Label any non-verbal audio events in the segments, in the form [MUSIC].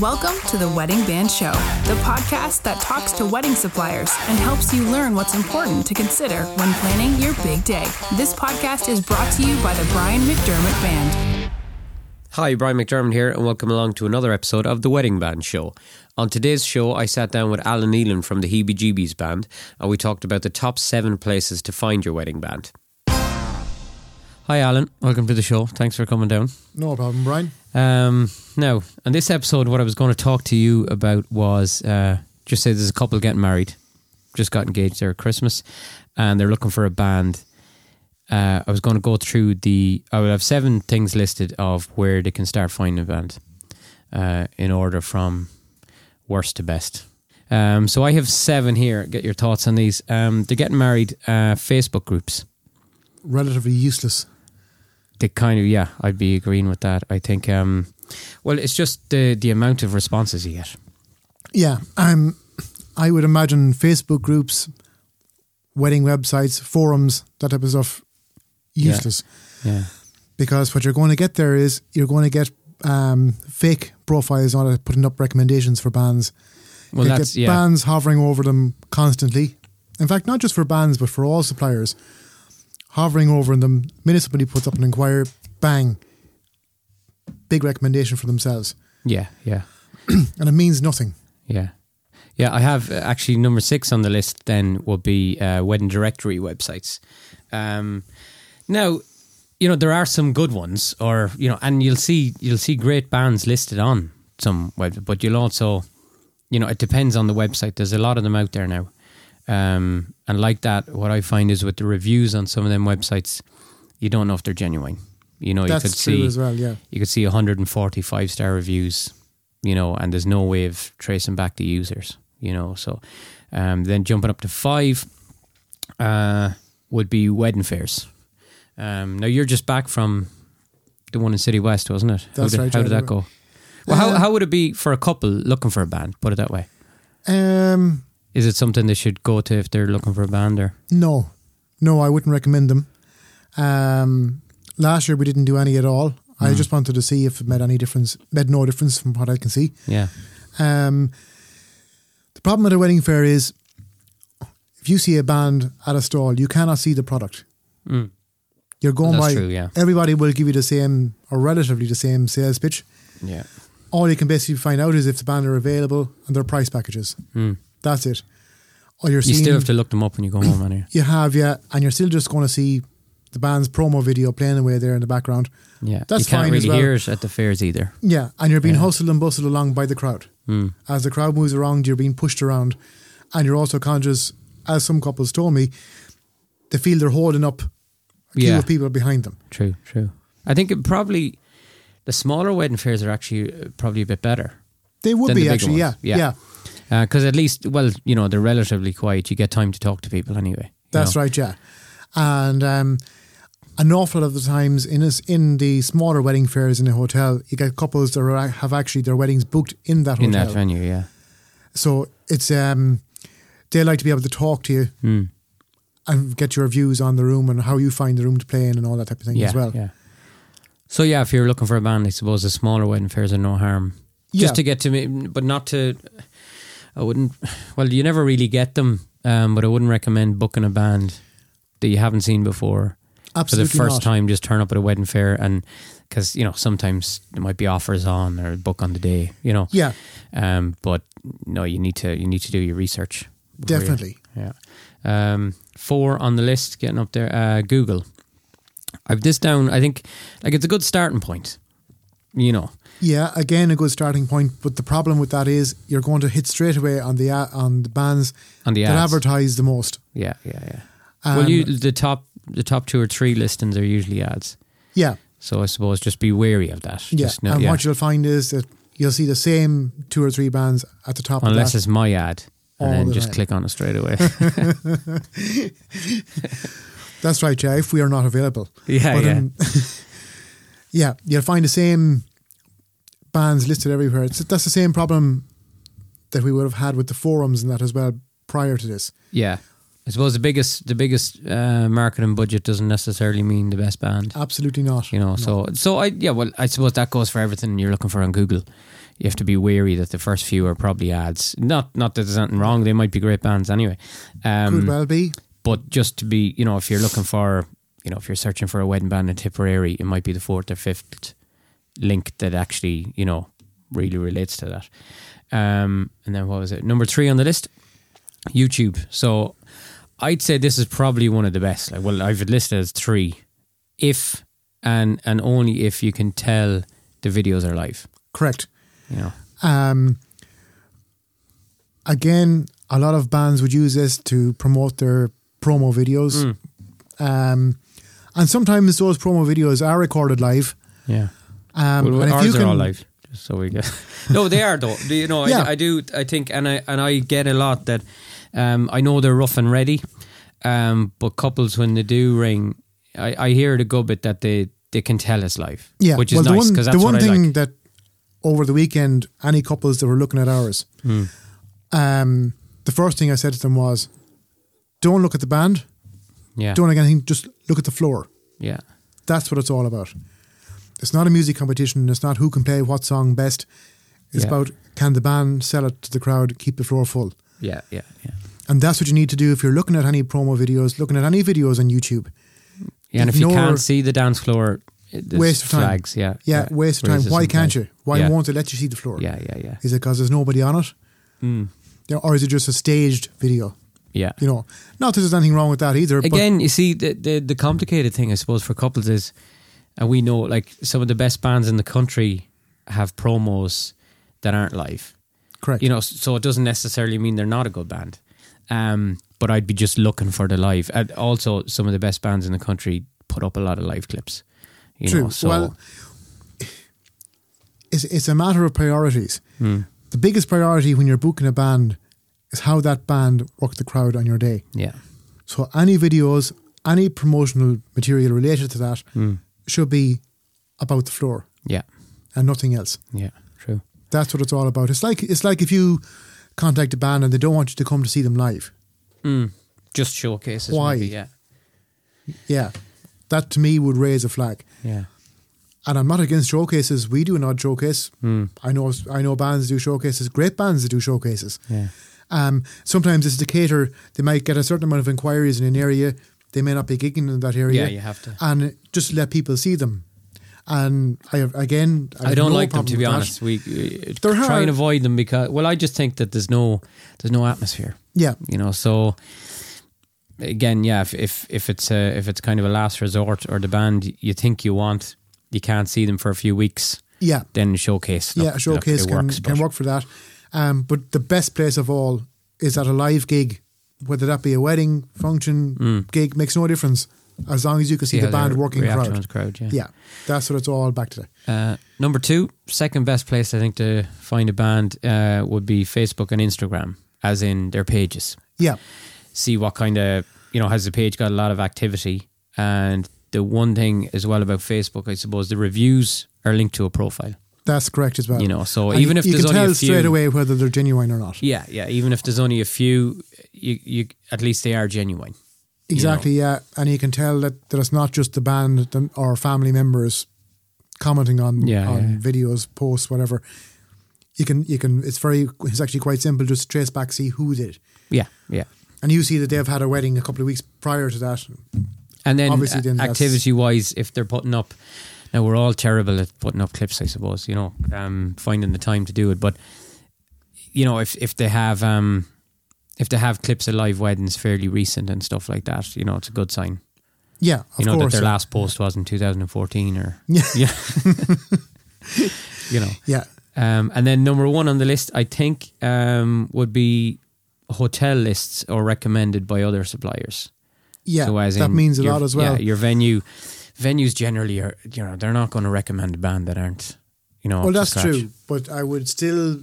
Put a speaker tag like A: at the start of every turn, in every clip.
A: Welcome to the Wedding Band Show, the podcast that talks to wedding suppliers and helps you learn what's important to consider when planning your big day. This podcast is brought to you by the Brian McDermott Band.
B: Hi, Brian McDermott here, and welcome along to another episode of The Wedding Band Show. On today's show, I sat down with Alan Nealon from the Heebie Jeebies Band, and we talked about the top seven places to find your wedding band. Hi, Alan. Welcome to the show. Thanks for coming down.
C: No problem, Brian.
B: Um, now, on this episode, what I was going to talk to you about was uh, just say there's a couple getting married, just got engaged there at Christmas, and they're looking for a band. Uh, I was going to go through the. I will have seven things listed of where they can start finding a band, uh, in order from worst to best. Um, so I have seven here. Get your thoughts on these. Um, they're getting married. Uh, Facebook groups.
C: Relatively useless.
B: they kind of yeah i'd be agreeing with that i think um well it's just the the amount of responses you get
C: Yeah, um, I would imagine Facebook groups, wedding websites, forums, that type of stuff,
B: Yeah.
C: useless.
B: yeah
C: Because what you're going to get there is you're going to get um, fake profiles on it putting up recommendations for bands.
B: well
C: You'll
B: that's
C: get
B: yeah
C: bands hovering over them constantly. In fact, not just for bands, but for all suppliers, hovering over them. Minute somebody puts up an inquiry, bang, big recommendation for themselves,
B: yeah yeah
C: and it means nothing.
B: yeah yeah i have uh, actually number six on the list then will be uh, wedding directory websites um now you know there are some good ones or you know and you'll see you'll see great bands listed on some web but you'll also you know it depends on the website there's a lot of them out there now um and like that what i find is with the reviews on some of them websites you don't know if they're genuine Oh, you know you could
C: That's true
B: see
C: as well. Yeah.
B: you could see 145 star reviews, you know, and there's no way of tracing back the users, you know. So um, then jumping up to five uh, would be wedding fairs. Um, now you're just back from the one in City West, wasn't it?
C: That's
B: how did,
C: right,
B: How did
C: yeah, we
B: that
C: were-
B: go? Well, how,
C: Uh,
B: how would it be for a couple looking for a band? Put it that way.
C: Um,
B: Is it something they should go to if they're looking for a band? Or
C: no, no, I wouldn't recommend them. Um, last year we didn't do any at all.
B: Hmm.
C: I just wanted to see if it made any difference. Made no difference from what I can see.
B: yeah,
C: Um, the problem at a wedding fair is if you see a band at a stall, you cannot see the product.
B: Mm.
C: You're going
B: That's
C: by
B: true, yeah.
C: everybody will give you the same or relatively the same sales pitch.
B: yeah,
C: All you can basically find out is if the band are available and their price packages. That's it. Or you're
B: you
C: seeing
B: Mm. still have to look them up when you go home, anyway.
C: you have yeah, and you're still just going to see the band's promo video playing away there in the background.
B: Yeah,
C: That's
B: you can't
C: fine as
B: really
C: well.
B: hear it at the fairs either.
C: Yeah, and you're being
B: Yeah.
C: hustled and bustled along by the crowd.
B: Mm.
C: As the crowd moves around, you're being pushed around, and you're also conscious, as some couples told me, they feel they're holding up a queue
B: Yeah.
C: of people behind them.
B: True, true. I think it probably the smaller wedding fairs are actually uh, probably a bit better
C: They would
B: Then the
C: be
B: bigger
C: actually, yeah,
B: ones. Yeah.
C: yeah,
B: because at least, well, you know, they're relatively quiet. You get time to talk to people anyway.
C: that's right, yeah. And um, an awful lot of the times in this, in the smaller wedding fairs in a hotel, you get couples that are, have actually their weddings booked in that
B: In
C: hotel.
B: that venue, yeah,
C: So it's um, they like to be able to talk to you
B: Mm.
C: and get your views on the room and how you find the room to play in and all that type of thing
B: yeah,
C: as well.
B: yeah. So yeah, if you're looking for a band, I suppose the smaller wedding fairs are no harm.
C: Yeah.
B: Just to get to me, but not to. I wouldn't. Well, you never really get them, um, but I wouldn't recommend booking a band that you haven't seen before. for the
C: Absolutely
B: first
C: not.
B: time just turn up at a wedding fair and because you know sometimes there might be offers on or book on the day you know
C: Yeah,
B: um but no you need to you need to do your research before you-
C: definitely.
B: yeah um four on the list getting up there uh google i've this down i think like it's a good starting point you know
C: Yeah, again a good starting point, but the problem with that is you're going to hit straight away on the a on the bands
B: on the
C: that
B: ads.
C: advertise the most.
B: yeah yeah yeah
C: Um,
B: well you the top the top two or three listings are usually ads
C: yeah,
B: so i suppose just be wary of that
C: yeah.
B: just know-
C: and
B: yeah.
C: what you'll find is that you'll see the same two or three bands at the top.
B: unless
C: of
B: it's my ad and
C: All
B: then
C: the
B: just
C: time.
B: click on it straight away
C: [LAUGHS] that. that's right, yeah. If we are not available,
B: Yeah,
C: But,
B: yeah,
C: um, [LAUGHS] yeah, you'll find the same bands listed everywhere. It's, that's the same problem that we would have had with the forums and that as well prior to this.
B: yeah. I suppose the biggest the biggest uh, marketing budget doesn't necessarily mean the best band,
C: Absolutely not.
B: you know. So so I yeah, well I suppose that goes for everything you're looking for on Google. you have to be wary that the first few are probably ads. Not not that there's anything wrong; they might be great bands anyway. Um,
C: Could well be.
B: but just to be, you know, if you're looking for, you know, if you're searching for a wedding band in Tipperary, it might be the fourth or fifth link that actually, you know, really relates to that. Um, and then what was it? Number three on the list, YouTube. So I'd say this is probably one of the best. Like, well, I've listed as three, if and and only if you can tell the videos are live.
C: Correct.
B: You know,
C: Um, again, a lot of bands would use this to promote their promo videos.
B: Hmm.
C: Um, and sometimes those promo videos are recorded live.
B: yeah.
C: Um,
B: well,
C: and if
B: ours
C: you
B: are
C: can,
B: all live. just So we get. [LAUGHS] no, they are though. Do You know,
C: Yeah.
B: I, I do. I think, and I and I get a lot that. Um, I know they're rough and ready, um, but couples when they do ring, I, I hear the go bit that they they can tell us live,
C: yeah,
B: which is
C: well,
B: nice
C: the one,
B: because that's
C: the one
B: what I
C: thing
B: like.
C: that over the weekend, any couples that were looking at ours,
B: Hmm.
C: um, the first thing I said to them was, "Don't look at the band,
B: Yeah,
C: don't look at anything, just look at the floor."
B: yeah,
C: That's what it's all about. It's not a music competition. It's not who can play what song best. It's
B: Yeah.
C: about can the band sell it to the crowd, keep the floor full.
B: yeah, yeah, yeah.
C: And that's what you need to do if you're looking at any promo videos, looking at any videos on YouTube.
B: Yeah, and if you
C: Ignore-
B: can't see the dance floor, it- there's
C: Waste of time.
B: flags. Yeah,
C: Yeah, waste of time.
B: Racism
C: Why can't
B: flags.
C: you? Why
B: yeah.
C: won't they let you see the floor?
B: Yeah, yeah, yeah,
C: Is it because there's nobody on it?
B: Hmm.
C: You know, Or is it just a staged video?
B: yeah.
C: You know, not that there's anything wrong with that either.
B: Again, you see, the, the the complicated thing, I suppose, for couples is, and we know, like some of the best bands in the country have promos that aren't live.
C: but correct.
B: You know, so it doesn't necessarily mean they're not a good band. Um, but I'd be just looking for the live. And also, some of the best bands in the country put up a lot of live clips. You
C: True.
B: know, so
C: Well, it's, it's a matter of priorities.
B: Hmm.
C: The biggest priority when you're booking a band is how that band worked the crowd on your day.
B: yeah,
C: So any videos, any promotional material related to that
B: Hmm.
C: should be about the floor
B: yeah,
C: and nothing else.
B: yeah, true.
C: That's what it's all about. It's like it's like if you contact a band and they don't want you to come to see them live.
B: Just showcases.
C: Why?
B: maybe, yeah,
C: Yeah. That to me would raise a flag.
B: yeah,
C: And I'm not against showcases. We do an odd showcase.
B: Hmm.
C: I know I know bands that do showcases, great bands that do showcases.
B: yeah,
C: Um, sometimes it's to cater. They might get a certain amount of inquiries in an area. They may not be gigging in that area.
B: Yeah, you have to.
C: And just let people see them. And I have, again, I,
B: I
C: have
B: don't
C: no
B: like them
C: problem
B: to be
C: with that.
B: honest. We uh,
C: They're
B: try
C: hard.
B: and avoid them because well, I just think that there's no there's no atmosphere.
C: Yeah,
B: You know, so again, yeah, if if, if it's a, if it's kind of a last resort or the band you think you want, you can't see them for a few weeks,
C: yeah,
B: then showcase. Look,
C: yeah. A showcase
B: look, it
C: can
B: works,
C: can
B: but-
C: work for that. Um, but the best place of all is at a live gig, whether that be a wedding function gig, makes no difference as long as you can see
B: Hmm. how
C: the band
B: they
C: working
B: react
C: crowd.
B: around the crowd. Yeah.
C: Yeah, that's what it's all back to.
B: Uh, number two, second best place I think to find a band uh, would be Facebook and Instagram, as in their pages.
C: Yeah,
B: see what kind of you know has the page got a lot of activity and the one thing as well about facebook i suppose the reviews are linked to a profile
C: that's correct as well.
B: you know so
C: And
B: even
C: you-
B: if
C: you
B: there's
C: can
B: only
C: tell
B: a few
C: straight away whether they're genuine or not.
B: yeah yeah even if there's only a few you, you at least they are genuine
C: Exactly, yeah. And you can tell that, that it's not just the band that- or family members commenting on
B: Yeah,
C: on
B: yeah.
C: videos, posts, whatever. You can you can it's very it's actually quite simple, just trace back, see who did.
B: yeah yeah
C: And you see that they've had a wedding a couple of weeks prior to that.
B: and then,
C: Obviously, then that's-
B: activity wise if they're putting up now we're all terrible at putting up clips i suppose you know um, finding the time to do it but you know if if they have um if they have clips of live weddings fairly recent and stuff like that you know it's a good sign
C: Yeah, of
B: you know
C: course.
B: that their last post was in 2014 or
C: [LAUGHS] Yeah.
B: yeah you know
C: yeah.
B: um, and then number one on the list i think um, would be hotel lists or recommended by other suppliers
C: Yeah.
B: so as
C: that
B: in
C: means a
B: your-
C: lot as well.
B: yeah your venue venues generally are you know they're not going to recommend a band that aren't you know up
C: well
B: to
C: that's
B: scratch.
C: true. But I would still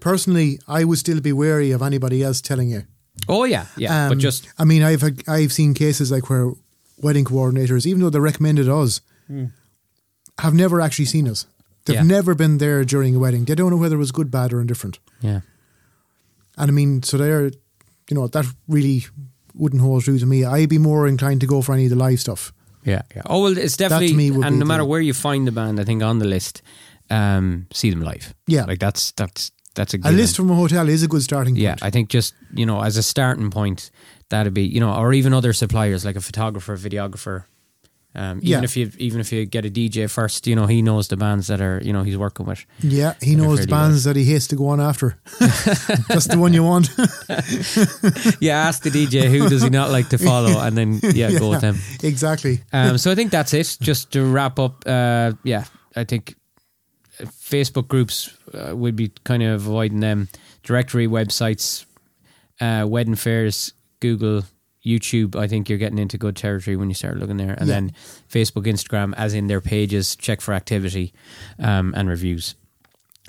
C: personally I would still be wary of anybody else telling you.
B: oh yeah yeah but
C: Um,
B: just
C: I mean, I've had, I've seen cases like where wedding coordinators, even though they recommended us, have never actually seen us. They've
B: Hmm. Yeah.
C: never been there during a wedding. They don't know whether it was good, bad, or indifferent.
B: yeah
C: And I mean, so they're, you know, that really wouldn't hold true to me. I'd be more inclined to go for any of the live stuff.
B: Yeah, yeah. Oh well, it's definitely
C: me would
B: and
C: be
B: no matter
C: the-
B: where you find the band, I think on the list, um, see them live.
C: Yeah.
B: like that's that's that's a,
C: A
B: given.
C: list from a hotel is a good starting point.
B: Yeah, I think just you know as a starting point, that'd be you know, or even other suppliers like a photographer, videographer. Um, even
C: Yeah.
B: if you even if you get a DJ first, you know he knows the bands that are you know he's working with.
C: Yeah, he
B: They're
C: knows the
B: fairly well.
C: bands that he hates to go on
B: [LAUGHS]
C: after. That's the one you want.
B: yeah, ask the DJ who does he not like to follow, and then
C: [LAUGHS]
B: yeah, go with him.
C: exactly.
B: Um, so I think that's it. Just to wrap up, uh, yeah, I think uh, Facebook groups uh, would be kind of avoiding them. Directory websites, uh, wedding fairs, Google, YouTube. I think you're getting into good territory when you start looking there, and
C: Yeah.
B: then Facebook, Instagram, as in their pages. Check for activity um, and reviews.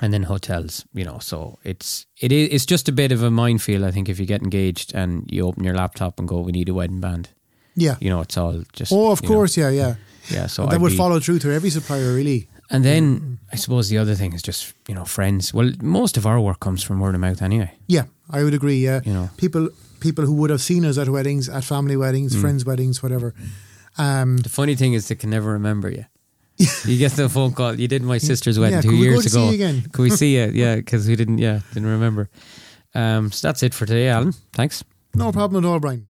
B: And then hotels, you know, so it's it is it's just a bit of a minefield. I think if you get engaged and you open your laptop and go, "We need a wedding band,"
C: Yeah.
B: you know, it's all just
C: Oh, of
B: you know,
C: course. Yeah, yeah.
B: yeah, so
C: And that
B: I'd
C: would
B: be-
C: follow Mm. through to every supplier, really.
B: And then I suppose the other thing is just you know friends. Well, most of our work comes from word of mouth anyway.
C: Yeah, I would agree. Yeah,
B: You know.
C: people people who would have seen us at weddings, at family
B: Mm.
C: weddings, friends' weddings, whatever. Um,
B: The funny thing is they can never remember
C: [LAUGHS]
B: you. you get the phone call. You did my sister's wedding
C: Yeah,
B: two
C: could we go
B: years
C: to see
B: ago.
C: you again?"
B: Could we see
C: [LAUGHS]
B: you? Yeah, because we didn't. Yeah, didn't remember. Um, so that's it for today, Alan. Thanks.
C: no problem at all, Brian.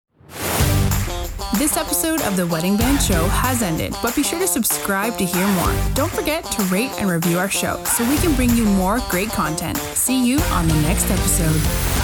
A: This episode of The Wedding Band Show has ended, but be sure to subscribe to hear more. Don't forget to rate and review our show so we can bring you more great content. See you on the next episode.